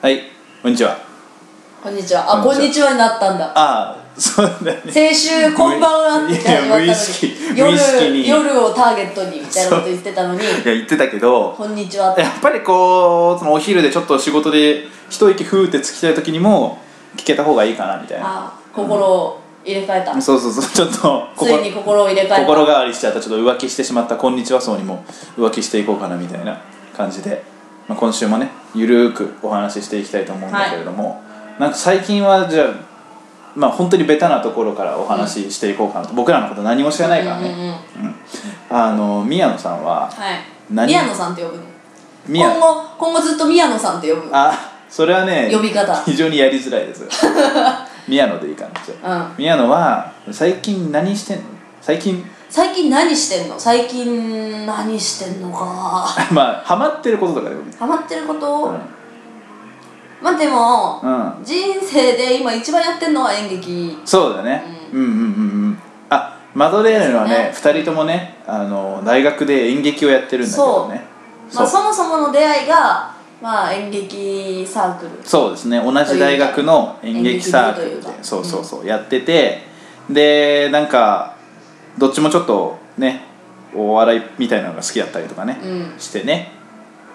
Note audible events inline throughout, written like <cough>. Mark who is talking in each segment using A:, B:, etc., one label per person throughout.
A: はいこんにちは
B: こんにちはあこ
A: こ
B: ん
A: ん
B: に
A: に
B: ちはになったんだ
A: ああそうだね
B: 先週こんばんはみたいな言われ
A: いや無
B: たのに
A: 意識無意識
B: 夜
A: に
B: 夜をターゲットにみたいなこと言ってたのに
A: いや言ってたけど
B: こんにちはって
A: やっぱりこうそのお昼でちょっと仕事で一息ふーってつきたい時にも聞けた方がいいかなみたいな
B: あ心を入れ替えた
A: そうそうそうちょっと
B: ついに心を入れ替えた
A: 心変わりしちゃったちょっと浮気してしまったこんにちは層にも浮気していこうかなみたいな感じで、まあ、今週もねゆるーくお話ししていきたいと思うんだけれども、なんか最近はじゃあまあ本当にベタなところからお話ししていこうかなと、僕らのこと何も知らないから
B: うん
A: ね、
B: うんうん
A: あの宮野さんは
B: はい
A: 何
B: 宮野さんって呼ぶの
A: 宮
B: 今後今後ずっと宮野さんって呼ぶ
A: あそれはね
B: 呼び方
A: 非常にやりづらい
B: <laughs>
A: です宮野でいいかなじゃあ
B: う
A: 宮野は最近何してんの最近 <laughs>
B: 最近何してんの最近何してんのか
A: まあハマってることとかでもいい
B: ハマってること、
A: うん
B: まあでも、
A: うん
B: 人生で今一番やってんのは演劇
A: そうだね、うん、うんうんうんあマドレーヌは
B: そう
A: ね
B: で
A: 二人ともねあの大学で演劇をやってるんだけどね
B: まあ、
A: そう
B: そもそもの出会いが、まあ、演劇サークル
A: そうですね同じ大学の演劇サーク
B: 演
A: ル
B: 劇
A: で
B: 部というか
A: そうそうそう、やっててでなんかどっちもちょっとねお笑いみたいなのが好きだったりとかね、
B: うん
A: してね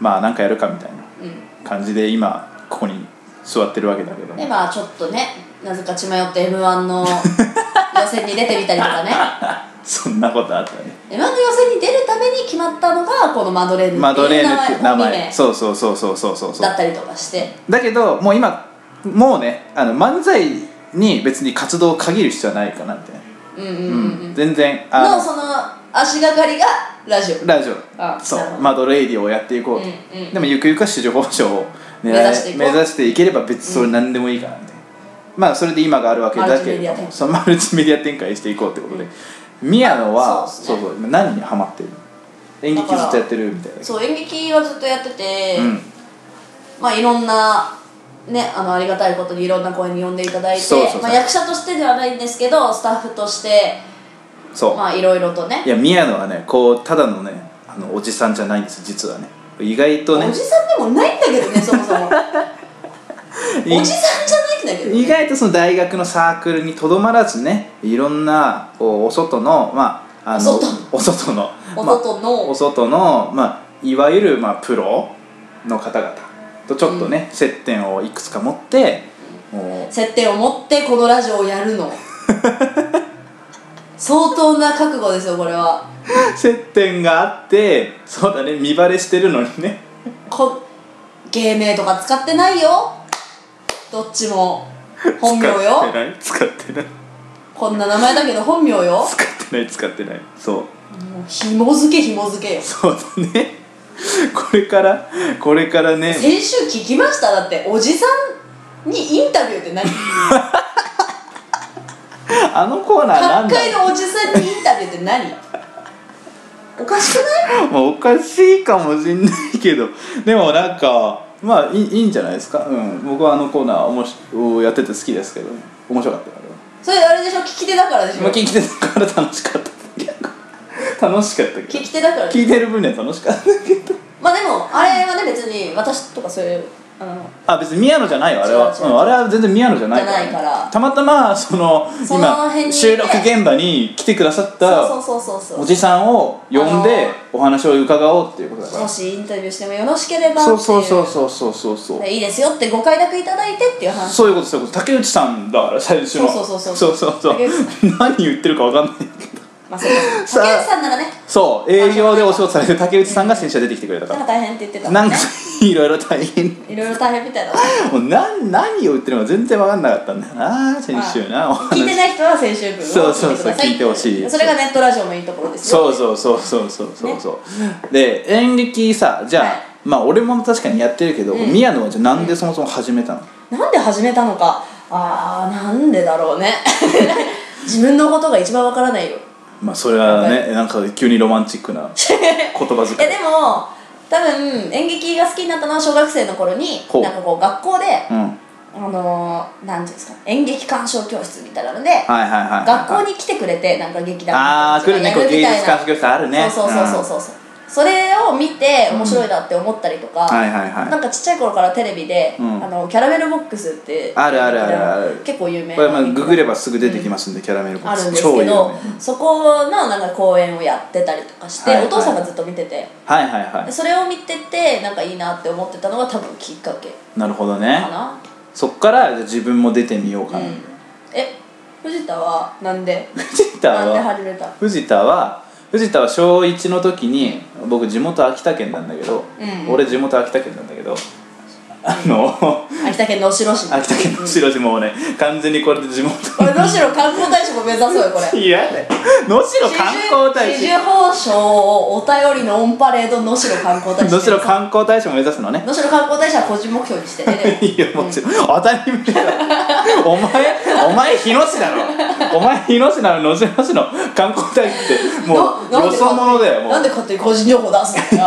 A: まあなんかやるかみたいな
B: うん
A: 感じで今ここに座ってるわけだけど
B: で
A: も
B: まあちょっとねなぜか血迷って m 1の予選に出てみたり
A: <laughs>
B: とかね
A: そんなことあったね
B: m 1の予選に出るために決まったのがこのマドレーヌ
A: マ
B: って
A: ド
B: い
A: レ
B: う
A: ーヌ
B: 名前
A: って名
B: 本
A: 前
B: 名
A: そうそうそうそうそうそうそう
B: だったりとかして
A: だけどもう今もうねあの漫才に別に活動を限る必要はないかなみたいな、
B: うんう
A: う、
B: んうんうん
A: ん、全然
B: の
A: あ
B: その足がかりがラジオ
A: のラジオ
B: あ
A: そ
B: なるほ
A: う
B: ど
A: マドレーディオをやっていこうと、
B: うんうん
A: でもゆくゆくは市場報酬を狙え
B: 目指していこ
A: 目
B: う
A: 指していければ別にそれ何でもいいかなみたいな、まあそれで今があるわけだけれ
B: マルチメディ
A: ど
B: ア展
A: も
B: 開
A: そのマルチメディア展開していこうってことで、宮野は
B: そ
A: そうう,、
B: で
A: そう
B: すね
A: 今何にハマってる演劇ずっとやってるみたいな
B: そう演劇はずっとやってて、
A: うん
B: まあいろんなねあのありがたいことにいろんな公演に呼んでいただいて
A: そうそうそう
B: まあ、役者としてではないんですけどスタッフとして
A: そう、
B: まあいろいろとね
A: いや宮野はねこうただのねあのおじさんじゃないんです実はね意外とね
B: おじさんでもないんだ
A: <laughs>
B: けどねそもそもおじさんじゃないんだけど、ね、
A: 意外とその大学のサークルにとどまらずねいろんなこうお外のまああの
B: お外
A: お外の
B: お
A: まあ
B: 外の
A: お外のまあいわゆるまあプロの方々とちょっとね、接点をいくつか持っても
B: 接点を持ってこのラジオをやる
A: <laughs>
B: の相当な覚悟ですよこれは
A: う接点があってそうだね見バレしてるのにね
B: こ芸名とか使ってないよどっちも本名よ
A: 使ってない使ってない
B: こんな名前だけど本名よ
A: 使ってない使ってないそう
B: もう紐付け紐付けよ
A: そうだねこれからこれからね
B: 先週聞きましただっておじさんにインタビューって何
A: あのコーナーなん
B: 各
A: だ
B: 界のおじさんにインタビューって何おかしくない
A: まあ、おかしいかもしんないけど <laughs> でもなんかまあいいいいんじゃないですか、うん、僕はあのコーナーおもしをやってて好きですけど面白かったよあ
B: それあれでしょ聞き手だからでし
A: れ
B: ょ
A: は聞いてたから楽しかった <laughs> けど楽しかったけ
B: 聞
A: ど
B: き手だからでしょ
A: 聞いてる分には楽しかった <laughs> けど
B: まあでもあれはね別に私とかそういうあの
A: あ別に宮野じゃないよあれは
B: 違う違う
A: うんあれは全然宮野じゃない
B: じゃないから
A: たまたまその
B: その辺にい
A: 今
B: て
A: 収録現場に来てくださった
B: そうそうそうそう
A: おじさんを呼んで
B: あの
A: お話を伺おうっていうことだか
B: も
A: ら
B: しインタビューしてもよろしければってい
A: そうそうそうそうそうそうそう
B: でいいですよってご快諾いただいてっていう話
A: そういうことそういうこと竹内さんだから最初の
B: そうそうそう
A: そ
B: そう
A: うそうそう
B: 竹内
A: 何言ってるかわかんないけど
B: まあそうか
A: さあ
B: 竹内さんならね
A: そう営業でお仕事されてる竹内さんが先週出てきてくれたか
B: なんから大変って言ってたも
A: なんん
B: <laughs> ね
A: かいろいろ大変も
B: いろいろ大変みたいだね
A: う何何を言ってるのか全然わかんなかったんだよな先週なお話
B: 聞いてない人は先週分を
A: そうそうそう
B: 聞
A: 聞
B: い
A: い
B: て
A: て
B: ほ
A: ほ
B: し
A: し
B: い
A: い
B: それがネットラジオのいいところですよ
A: そうそうそうそうそうそうそうで演劇さじゃあ、
B: はい
A: まあ俺も確かにやってるけど、
B: うん
A: 宮野はじゃあなんでそもそも始めたの、
B: なんで始めたのかあーなんでだろうね <laughs> 自分のことが一番わからないよ
A: まあそれはねなんか急にロマンチックな言葉
B: いや <laughs>
A: 遣い
B: でも多分演劇が好きになったのは小学生の頃に
A: ほう
B: なんかこう学校で、
A: うんはい
B: あのー、なんていうんですか演劇鑑賞教室みたいなので、
A: はいはい、はい、
B: 学校に来てくれてなんか劇団
A: あー来るね
B: やるみたいな
A: こう芸術鑑賞教室あるね
B: そうそうそうそうそう、それを見て面白いなって思ったりとか、
A: はいはい
B: な
A: は
B: んかちっちゃい頃からテレビで、
A: うん
B: あのキャラメルボックスって
A: あるあるあるある
B: 結構有
A: い
B: 名な
A: これまあググればすぐ出てきますんで、キャラメルコ
B: あ
A: ー
B: るん
A: ス
B: ですけど、
A: 有名
B: そこのなんか公演をやってたりとかして、
A: はいはい
B: お父さんがずっと見てて
A: はいはいは
B: それを見ててなんかいいなって思ってたのが多分きっかけ
A: いなるほど
B: か
A: ね
B: な、
A: そっからじゃあ自分も出てみようか
B: う
A: な、
B: んえ藤田はなんで
A: 藤田
B: なんで
A: は
B: 始めた
A: 藤田は藤田は小1の時に僕地元秋田県なんだけど、
B: うん
A: 俺地元秋田県なんだけどあの
B: 秋田県の能代市
A: 秋田県の白島もうね完全にこれで地元
B: これ能代観光大使も目指そうよこ <laughs> れ
A: いやだよ能代観光大
B: 四
A: 使
B: 十四十報賞をお便りのオンパレード能代観光大使
A: 能代観光大使も目指すのね
B: 能代観光大使は個人目標にしてね
A: <laughs> いやもちろん、当たり前だよお前お前日野市だろお前日野市なの能代市の観光大使って
B: <laughs>
A: もう
B: ななん
A: よ
B: で
A: そ者だよもう
B: なんで勝手に個人情報出すのよ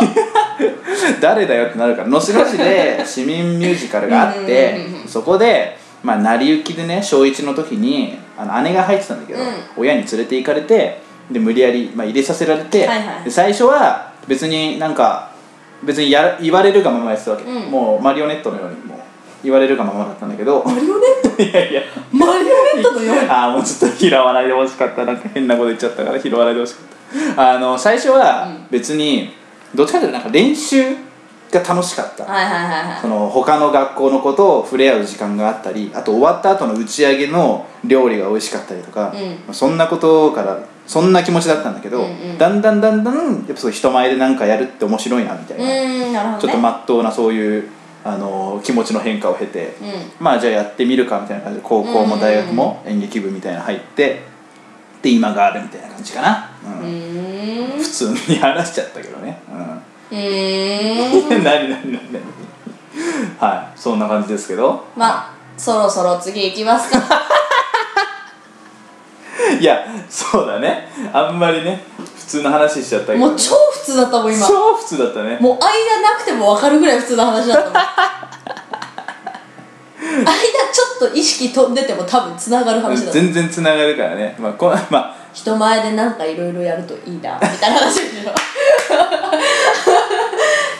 A: 誰だよってなるから能代市で市民ミュージカルがあって
B: うんうんうんう
A: そこで、まあ、成り行きでね小1の時にあの姉が入ってたんだけど、
B: うん
A: 親に連れて行かれてで無理やり、まあ、入れさせられて、
B: はいはい
A: で最初は別になんか別にや言われるがままやってたわけ、
B: うん
A: もうマリオネットのようにもう言われるがままだったんだけど
B: マリオネ
A: <laughs>
B: ッ
A: いやいや
B: トマリオネットのよう
A: <laughs>
B: に
A: ああもうちょっと拾わないでほしかったなんか変なこと言っちゃったから拾わないでほしかったあの最初は別にどっちかというとなんか練習が楽しかった、
B: はいはいはいはい
A: その他の学校の子と触れ合う時間があったりあと終わった後の打ち上げの料理が美味しかったりとか、
B: う
A: そんなことからそんな気持ちだったんだけど、
B: うんうん
A: だんだんだんだんやっぱそう人前で何かやるって面白いなみたいな、
B: うーんなるほどね
A: ちょっとまっとうなそういうあの気持ちの変化を経て、まあじゃあやってみるかみたいな感じで高校も大学も演劇部みたいなの入ってで今があるみたいな感じかな、うん
B: うーんう
A: 普通に話しちゃったけどね、うん
B: ー
A: <laughs> 何何
B: ん
A: 何何はいそんな感じですけど
B: まあそろそろ次行きますか
A: いやそうだねあんまりね普通の話しちゃったけど、ね、
B: もう超普通だったもん今
A: 超普通だったね
B: もう間なくても分かるぐらい普通の話だった
A: <laughs>
B: もん間ちょっと意識飛んでても多分つながる話だった
A: 全然つながるからねまあこ、まあ、
B: 人前でなんかいろいろやるといいなみたいな話でし
A: <laughs>
B: ょ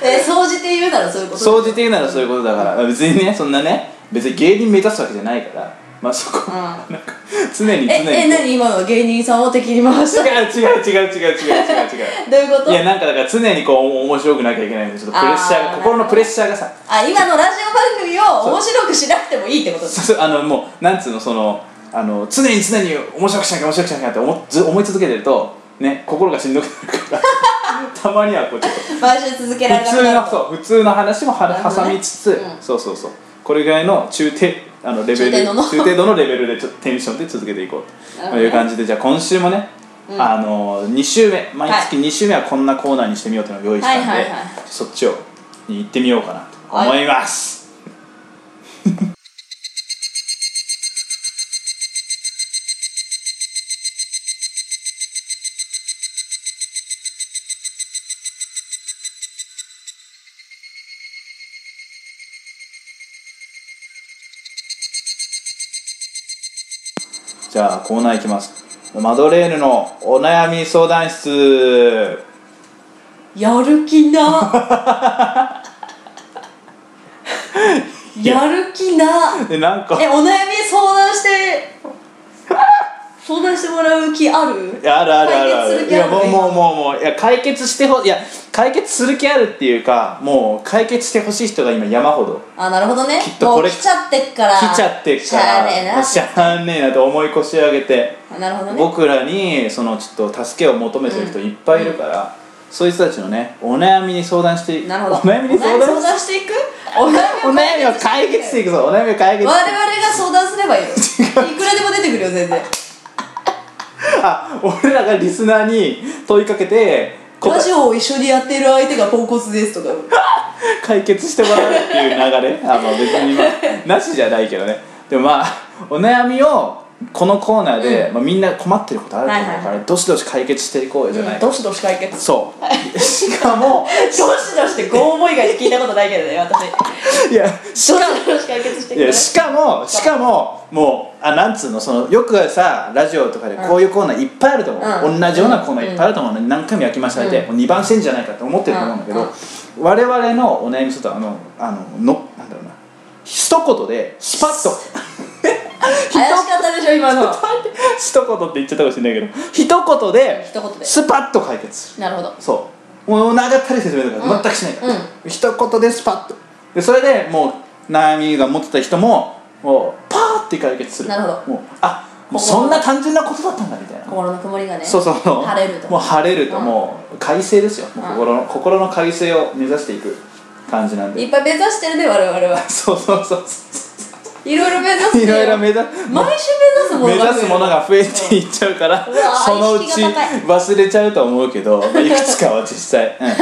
B: え総じて言うならそういうこと
A: 掃除的ならそういうことだから、まあ別にねそんなね別に芸人目指すわけじゃないからまあそこ、
B: ん
A: なんか常に
B: え
A: 常に
B: え何今のは芸人さんを敵に回した
A: 違う違う違う違う違う違う違う
B: どういうこと
A: いやなんかだから常にこう面白くなきゃいけないんでちょっとプレッシャー
B: あ
A: が
B: ー
A: 心のプレッシャーがさ
B: あ今のラジオ番組を面白くしなくてもいいってことです
A: そうそうあのもうなんつうのそのあの常に常に面白くしなきゃ面白くしなきゃって思っず思い続けてるとね心がしんどくなるから
B: <laughs>
A: たまにはこうちょっと
B: 毎週続けられな
A: 普
B: く
A: 通の
B: なると
A: そう普通の話もは
B: なるほど
A: 挟
B: ね
A: みつつ、
B: うん
A: そうそうそうこれぐらいの中程あのレベル
B: 中程
A: 度
B: 度の
A: のレベルでちょっとテンションで続けていこう
B: なる
A: と
B: ほどね
A: いう感じでじゃあ今週もね、
B: うん
A: あの2週目毎月2週目はこんなコーナーにしてみようっていうのを用意したんで、
B: はいはいはい
A: そっちをに行ってみようかなと思います、じゃあコーナーいきますマドレーヌのお悩み相談室
B: やる気
A: <laughs>
B: なやる気
A: <laughs>
B: な
A: でなんか
B: えお悩み相談して相談してもらう気ある
A: いやあるあるあるあ
B: 解決
A: るい
B: する気あ
A: や
B: る
A: もうもうもうもういや解決してほいや解決する気あるっていうかもう解決してほしい人が今山ほど
B: あなるほどね
A: っとこれ
B: もう来ちゃってっから
A: 来ちゃってっ
B: し
A: か
B: ゃあねえ
A: らもうしゃあねえなと思い越し上げて
B: ななるほどね
A: 僕らにそのちょっと助けを求めてる人いっぱいいるから、そういう人たちのねお悩みに相談して
B: なるほど
A: お悩みに相談して
B: していくお悩み
A: お悩みを解決していくぞお悩みを解
B: 我
A: 決
B: 々が相談すればいいよいくらでも出てくるよ全然
A: あ俺らがリスナーに問いかけて答え
B: ラジオを一緒にやってる相手がポンコツですとか
A: 解決してもらうっていう流れ <laughs> あの別に、まあなしじゃないけどねでもまあお悩みをこのコーナーで、まあ、みんな困ってることあると思うから、
B: はいはい
A: どしどし解決していこうよじゃない、
B: どしどし解決
A: そうしかも
B: どしどししてゴーモ以外で聞いたことないけどね私
A: いや
B: 正直し解決して
A: い
B: くれ
A: や
B: ない
A: しかもしかももうあなんつうのそのよくさラジオとかでこういうコーナーいっぱいあると思う、
B: うん
A: 同じようなコーナーいっぱいあると思うのに何回も焼きましたって、もう2番線じゃないかって思ってると思うんだけど、
B: うんうん
A: 我々のお悩みするとあのあののなんだろうな一言でスパッと
B: 怪しかったでしょ今の
A: 一言って言っちゃったかもしれないけど一言で
B: 一言で
A: スパッと解決する
B: なるほど
A: そうもう長ったり説明とか
B: う
A: 全
B: ん
A: くしないから、
B: うん
A: 一言でスパッとでそれでもう悩みが持ってた人ももうパーって解決する
B: なるほ
A: もうあもう
B: 心
A: そ
B: の
A: んな単純なことだったんだみたいな
B: 心の曇りがね
A: そうそう
B: 晴れると
A: もう晴れると
B: うん
A: もう快晴ですよもう
B: う
A: 心
B: ん
A: の心の快晴を目指していく感じなん
B: い
A: で
B: っぱい目指してるね我々は
A: そうそうそうそ
B: いろいろ目指す
A: う
B: ね
A: いろいろ目指
B: 毎週
A: 目
B: 目指
A: 指
B: す
A: すも
B: もの
A: の
B: が
A: が増えていっちゃうから
B: うわ
A: そのうち
B: 意識が高い
A: 忘れちゃうと思う
B: <laughs>
A: けどまあいくつかは実際、うん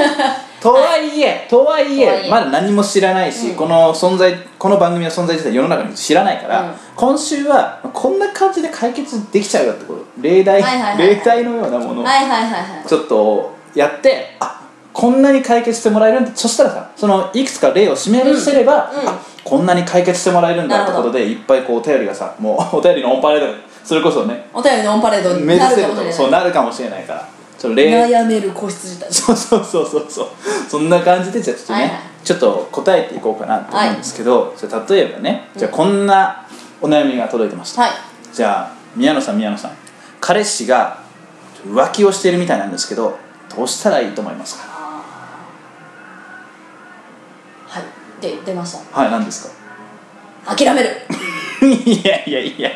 A: とはいえとはい
B: とはい
A: え
B: え
A: まだ何も知らないし、
B: うん
A: この存在この番組の存在自体世の中に知らないから、
B: うん
A: 今週はこんな感じで解決できちゃうよってこと例題、
B: はいはいはいはい
A: 例題のようなものを
B: はいはいはいはい
A: ちょっとやってあこんなに解決してもらえるんだそしたらさそのいくつか例を示せれば、
B: うんうん
A: あこんなに解決してもらえるんだってことでいっぱいこうお便りがさもうお便りのオンパレードがそれこそね
B: お便りのオンパレードに
A: 目指
B: なる
A: せ
B: か
A: る
B: も
A: と
B: し
A: そう
B: れな
A: なるかもしれないからその
B: い
A: 例
B: 悩める個室自体
A: そうそうそうそうそうそんな感じでじゃあちょっとね、
B: はいはい
A: ちょっと答えていこうかなと思うんですけど、じゃあ例えばねじゃあこんなお悩みが届いてました、
B: はい
A: じゃあ宮野さん宮野さん彼氏が浮気をしているみたいなんですけどどうしたらいいと思いますか
B: はいで出まし
A: はい、何ですか
B: た諦める
A: いやいやいや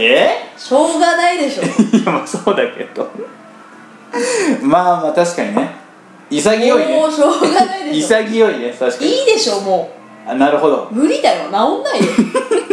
A: え
B: しょうがないでしょ
A: いやまあそうだけどまあまあ確かにね潔い
B: も
A: ね
B: うしょうがないでしょ
A: 潔いね確かに
B: いいでしょも
A: あなるほど
B: う無理だよ治んないよ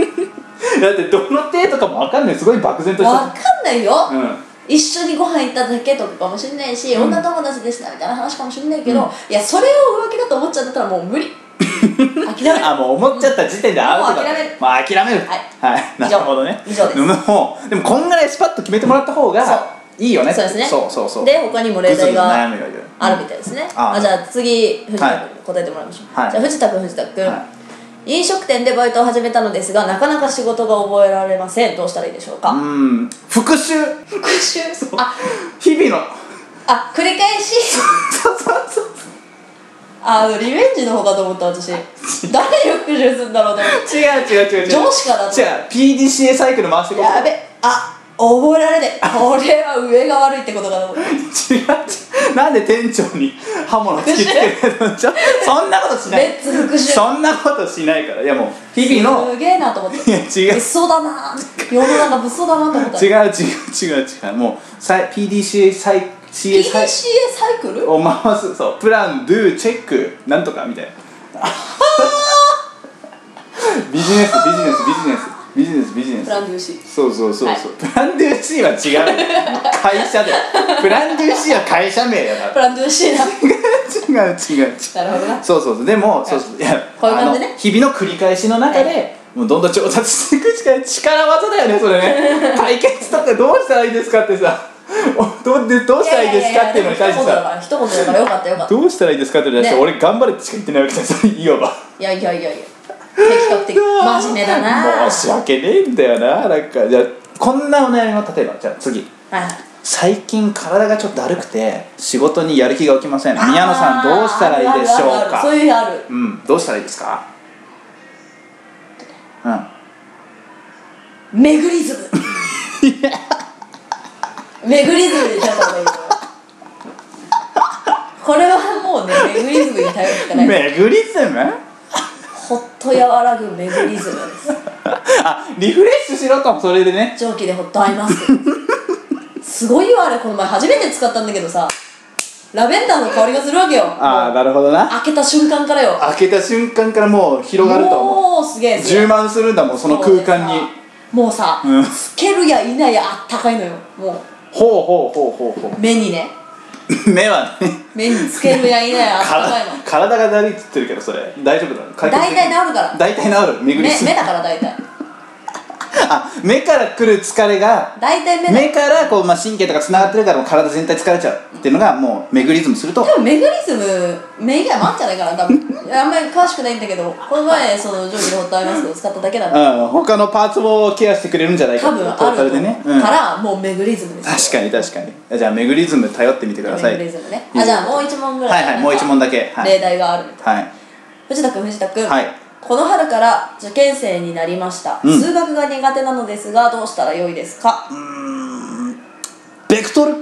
A: <laughs> だってどの手とかも分かんないすごい漠然とし
B: わか
A: た
B: んないよ、
A: うん
B: 一緒にご飯行っただけとかかもしれないし、
A: うん
B: 女友達でしたみたいな話かもしれないけど、
A: うん
B: いやそれを浮気だと思っちゃうんだったらもう <laughs> 無理諦める
A: あもう思っちゃった時点でアウトだ
B: もう諦める
A: まあ諦める
B: はい
A: はいな
B: 以
A: る
B: 上
A: ほどね
B: 以上です
A: もうでもこんぐらいスパッと決めてもらった方がいいよね
B: そうですね
A: そうそうそう
B: で他にも例
A: ぐずぐ
B: 題
A: ず悩
B: が
A: むよりは
B: あるみたいですね、
A: あ
B: あじゃあ次藤田君に答えてもらいましょう、
A: はい
B: じゃあ藤田君藤田君、
A: は
B: 飲食店でバイトを始めたのですがなかなか仕事が覚えられませんどうしたらいいでしょうか、
A: うん復讐
B: 復習あ
A: 日々の
B: あ繰り返し <laughs>
A: そうそうそう
B: あリベンジの方かと思った私誰に復習するんだろうと思って
A: 違う違う違う違う
B: 上司からだと
A: 違う PDCA サイクル回してこう
B: やべあ覚えられねえこれは上が悪いってことかと思って
A: 違う違うなんで店長に刃物突きつけるのちょそんなことしない
B: レッツ復讐
A: そんなことしないからいやもう日々の
B: すげえなと思って
A: いや違う
B: 物騒だな世の中物騒だなと思った
A: 違う違う違う違うもうさい PDCA サイ CA サ
B: PDCA
A: イ
B: サイクル
A: を回すそうプランドゥチェックなんとかみたいなビジネスビジネスビジネスビジネスビジネ
B: プ
A: ス
B: ランドゥーシー
A: そうそうそうそう、
B: は
A: プランドゥーシーは違う会社でプランドゥーシーは会社名だ
B: プ
A: か
B: ランドゥーシーな
A: ら違う違う違う
B: なるほどな
A: そうそうそうでもそうそういや
B: こういう感じね
A: あの日々の繰り返しの中で、
B: はい
A: もうどんどん調達していくしか力技だよねそれ
B: <laughs>
A: ね解決だってどうしたらいいですかってさおどうでどうしたらいいですかっていうのに対して
B: いやい
A: さ
B: やいや一言だから一言だからよかったよかった
A: どうしたらいいですかって言って、
B: ね
A: 俺頑張れってしか言ってないわけじゃんそれいわば
B: いやいやいやいや的確的真面目だな
A: 申し訳ねえんだよななんかじゃあこんなお悩みも例えばじゃあ次
B: はいはい
A: 最近体がちょっとだるくて仕事にやる気が起きません
B: あー
A: 宮野さんどうしたらいいでしょ
B: あ
A: う
B: るあるある
A: か
B: そういう日ある
A: うんどうしたらいいですかうん
B: 巡りズム巡りズムでちょっといいよこれはもうね巡りズムに頼るしかない
A: メグリズム
B: ほっと和らぐ巡りズムです
A: <laughs> あリフレッシュしろとそれでね
B: 蒸気でホットアイマスクすごいよあれこの前初めて使ったんだけどさラベンダーの香りがするわけよ
A: ああなるほどな
B: 開けた瞬間からよ
A: 開けた瞬間からもう広がると思う
B: もうすげえすげえ
A: 充満するんだもんその空間に
B: もうさ、
A: うん
B: つけるやいないやあったかいのよも
A: ほうほうほうほうほ
B: う目にね
A: う <laughs> 目はね
B: 目につけるやいないやあったかいの
A: 体体がだるいって言ってるけどそれ大丈夫だ
B: 大体治るから
A: 大体治るめぐ
B: 目
A: りす
B: 目だから大体
A: あ目から来る疲れが
B: 大体目だ
A: 目からこう、まあ、神経とかつながってるからもう体全体疲れちゃうっていうのがもうメグリズムすると
B: でもメグリズム目以外もあるんじゃないかな多分いやあんまり詳しくないんだけどこの前その定規のホットアイマスクを使っただけなんで
A: うん、他のパーツもケアしてくれるんじゃないか
B: 多
A: って
B: 分
A: トー
B: あ
A: タ
B: る
A: ルで
B: と思
A: ね、
B: う
A: うん、
B: か
A: 確
B: らもうメグリズムです
A: かに確かにじゃあメグリズム頼ってみてください
B: メグリズムねあじゃあもう一問ぐらい
A: はいはいもう一問だけはい
B: 例題がある
A: はい
B: 藤田君藤田君、
A: はい
B: この春から受験生になりました、
A: うん
B: 数学が苦手なのですがどうしたらよいですか、
A: ベクト
B: <laughs>
A: ル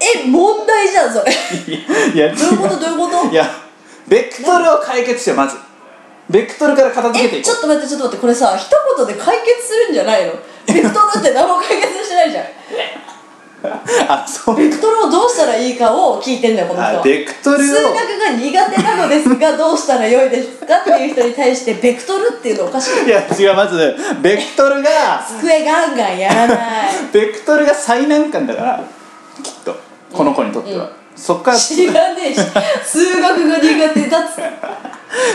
B: え問題じゃんそれ
A: いや
B: どういうことどういうこと
A: いやベクトルを解決しようまずベクトルから片付けて
B: え
A: い
B: ち
A: こ
B: ょっと待ってちょっと待ってこれさ一言で解決するんじゃないのベクトルって何も解決してないじゃん
A: うあそう
B: ベクトルをどうしたらいいかを聞いてんだよこの人
A: あ
B: は
A: ベクトルを
B: 数学が苦手なのですがどうしたらよいですかっていう人に対してベクトルっていうのおかしい
A: いや違うまずベクトルが
B: 机ガンガンやらない
A: <laughs> ベクトルが最難関だからきっとこの子にとっては、
B: うん
A: そっから
B: 知らねえし数学が苦手だっつって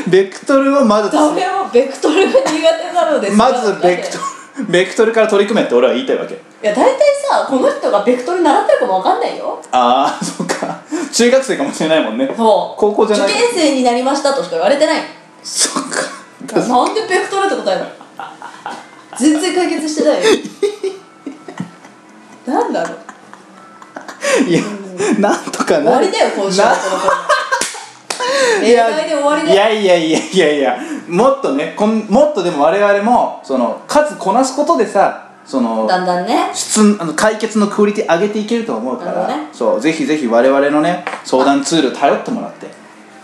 A: ベクトルをまず
B: 誰もベクトルが苦手なのです
A: まずベクトルベクトルから取り組めって俺は言いたいわけ
B: いや大体さこの人がベクトル習ってるかもわかんないよ
A: ああそっか中学生かもしれないもんね
B: そう
A: 高校じゃない
B: 受験生になりましたとしか言われてない
A: そっか確か
B: なんでベクトルって答えなの全然解決してないよなんだろう
A: にいやなんとか
B: 終
A: な
B: わ
A: る
B: りだよ今週はこの子
A: い
B: 恋
A: や
B: 愛で終わり
A: い
B: だよ
A: やいやいやいやいやもっとねこんもっとでも我々もその数こなすことでさその
B: だんだんね
A: 質あの解決のクオリティ上げていけると思うか
B: なるほど
A: ら、
B: ね
A: そうぜひぜひ我々のね相談ツール頼ってもらって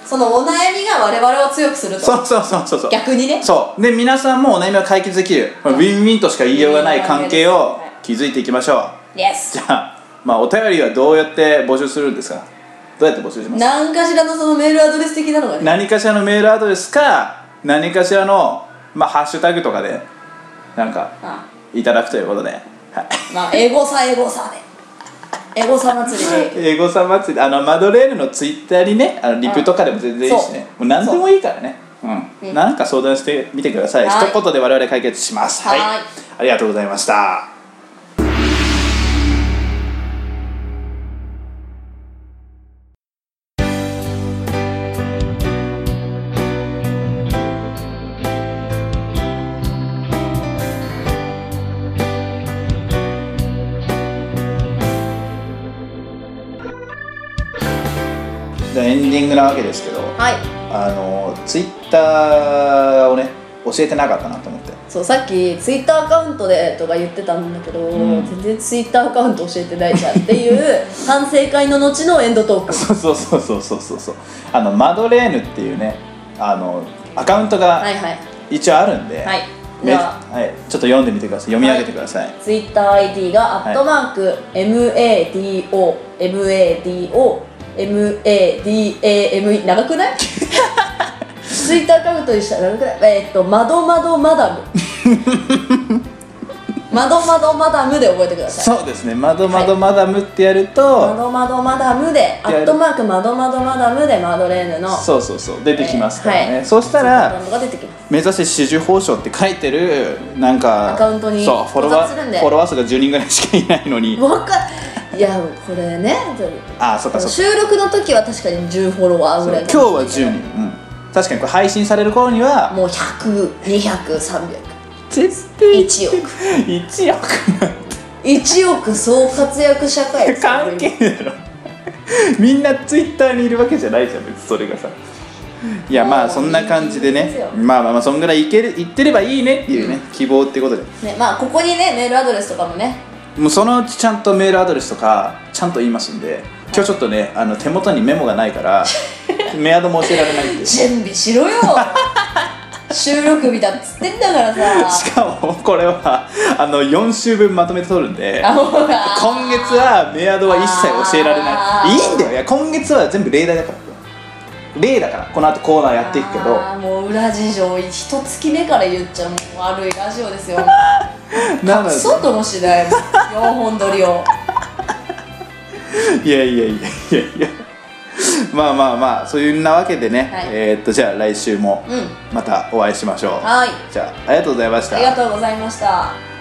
B: そのお悩みが我々を強くすると
A: そうそうそうそうそう
B: 逆にね
A: そうで皆さんもお悩みを解決できる、これウィンウィンとしか言いようがない関係を築いていきましょう <laughs>
B: イエス
A: じゃあ,、まあお便りはどうやって募集するんですかどうやって募集します
B: 何かしらのそのメールアドレス的なのがね
A: 何かしらのメールアドレスか何かしらの、まあ、ハッシュタグとかでなんか
B: あ
A: いただくということで、はい、 <laughs>
B: まあ英語さ英語さで英語さ祭りで
A: 英語さん祭りあのマドレーヌのツイッターにねあのリプとかでも全然いいしね、
B: うん
A: もう何でもいいからねうん、
B: うん
A: なんか相談してみてください、
B: はい
A: 一言で我々解決しますはい、
B: はい
A: ありがとうございましたじゃあエンディングなわけですけど
B: はい
A: あのツイッターをね教えてなかったなと思って
B: そうさっきツイッターアカウントでとか言ってたんだけど、
A: ん
B: 全然ツイッターアカウント教えてないじゃんっていう反省会の後のエンドトーク
A: そうそうそうそうそうそうそうあのマドレーヌっていうねあのアカウントが
B: はいはい
A: 一応あるんで、
B: はい
A: め
B: では
A: はい、ちょっと読んでみてください読み上げてください、
B: ツイッター ID が「ア
A: はい
B: ットマーク #MADO」「MADO」「MADAM」長くない <laughs> ツイッターアカウントにしたら長くないえーっと「まどまどマ
A: <laughs>
B: ダム」「まどまどマダム」で覚えてください
A: そうですねマドマドマダムってやると、
B: 「まどまどマダム」で「ア
A: やる
B: ットマークまどまどマダム」でマドレーヌの
A: そうそうそう出てきますからね、
B: はい
A: そうした
B: アカ
A: ら
B: ウントが出てきます
A: 目指せ紫綬褒章って書いてるなんか
B: アカウントに
A: そうフォロワ
B: 到達するんで
A: ーフォロワー数が10人ぐらいしかいないのに
B: わかいやこれね
A: ああそっかそっか
B: 収録の時は確かに10フォロワー
A: そ
B: ぐ
A: う
B: らい
A: 今日は10人、うん、確かにこれ配信される頃には
B: もう100200300100
A: 絶
B: 億
A: 1億 <laughs> なんて
B: 1億総活躍社会ですよ
A: 関係ないだろ <laughs> みんなツイッターにいるわけじゃないじゃん別にそれがさいやまあそんな感じで
B: いいです
A: ね
B: よ
A: まあまあまあそんぐらいいけるいってればいいねっていうね、希望ってことで
B: ねまあここにねメールアドレスとかもね
A: もうそのうちちゃんとメールアドレスとかちゃんと言いますんで今日ちょっとねあの手元にメモがないから
B: <laughs>
A: メアドも教えられないっていうし
B: 準備し
A: <laughs>
B: ろよ収録日だっつってんだからさ
A: かもこれはあの4週分まとめて撮るんで
B: あほら
A: 今月はメアドは一切教えられ
B: あ
A: ない
B: ー
A: いいんだよいや今月は全部例題だから例だからこの後コーナーやっていくけど
B: あーもう裏事情一月目から言っちゃもう悪いラジオで
A: <laughs>
B: すよ
A: なの
B: クソともしないも4本撮りを
A: いやいやいやいやいやまあまあまあそういうなわけでね、
B: はい
A: えーっとじゃあ来週も
B: うん
A: またお会いしましょう、
B: はい
A: <laughs> じゃあありがとうございました
B: ありがとうございました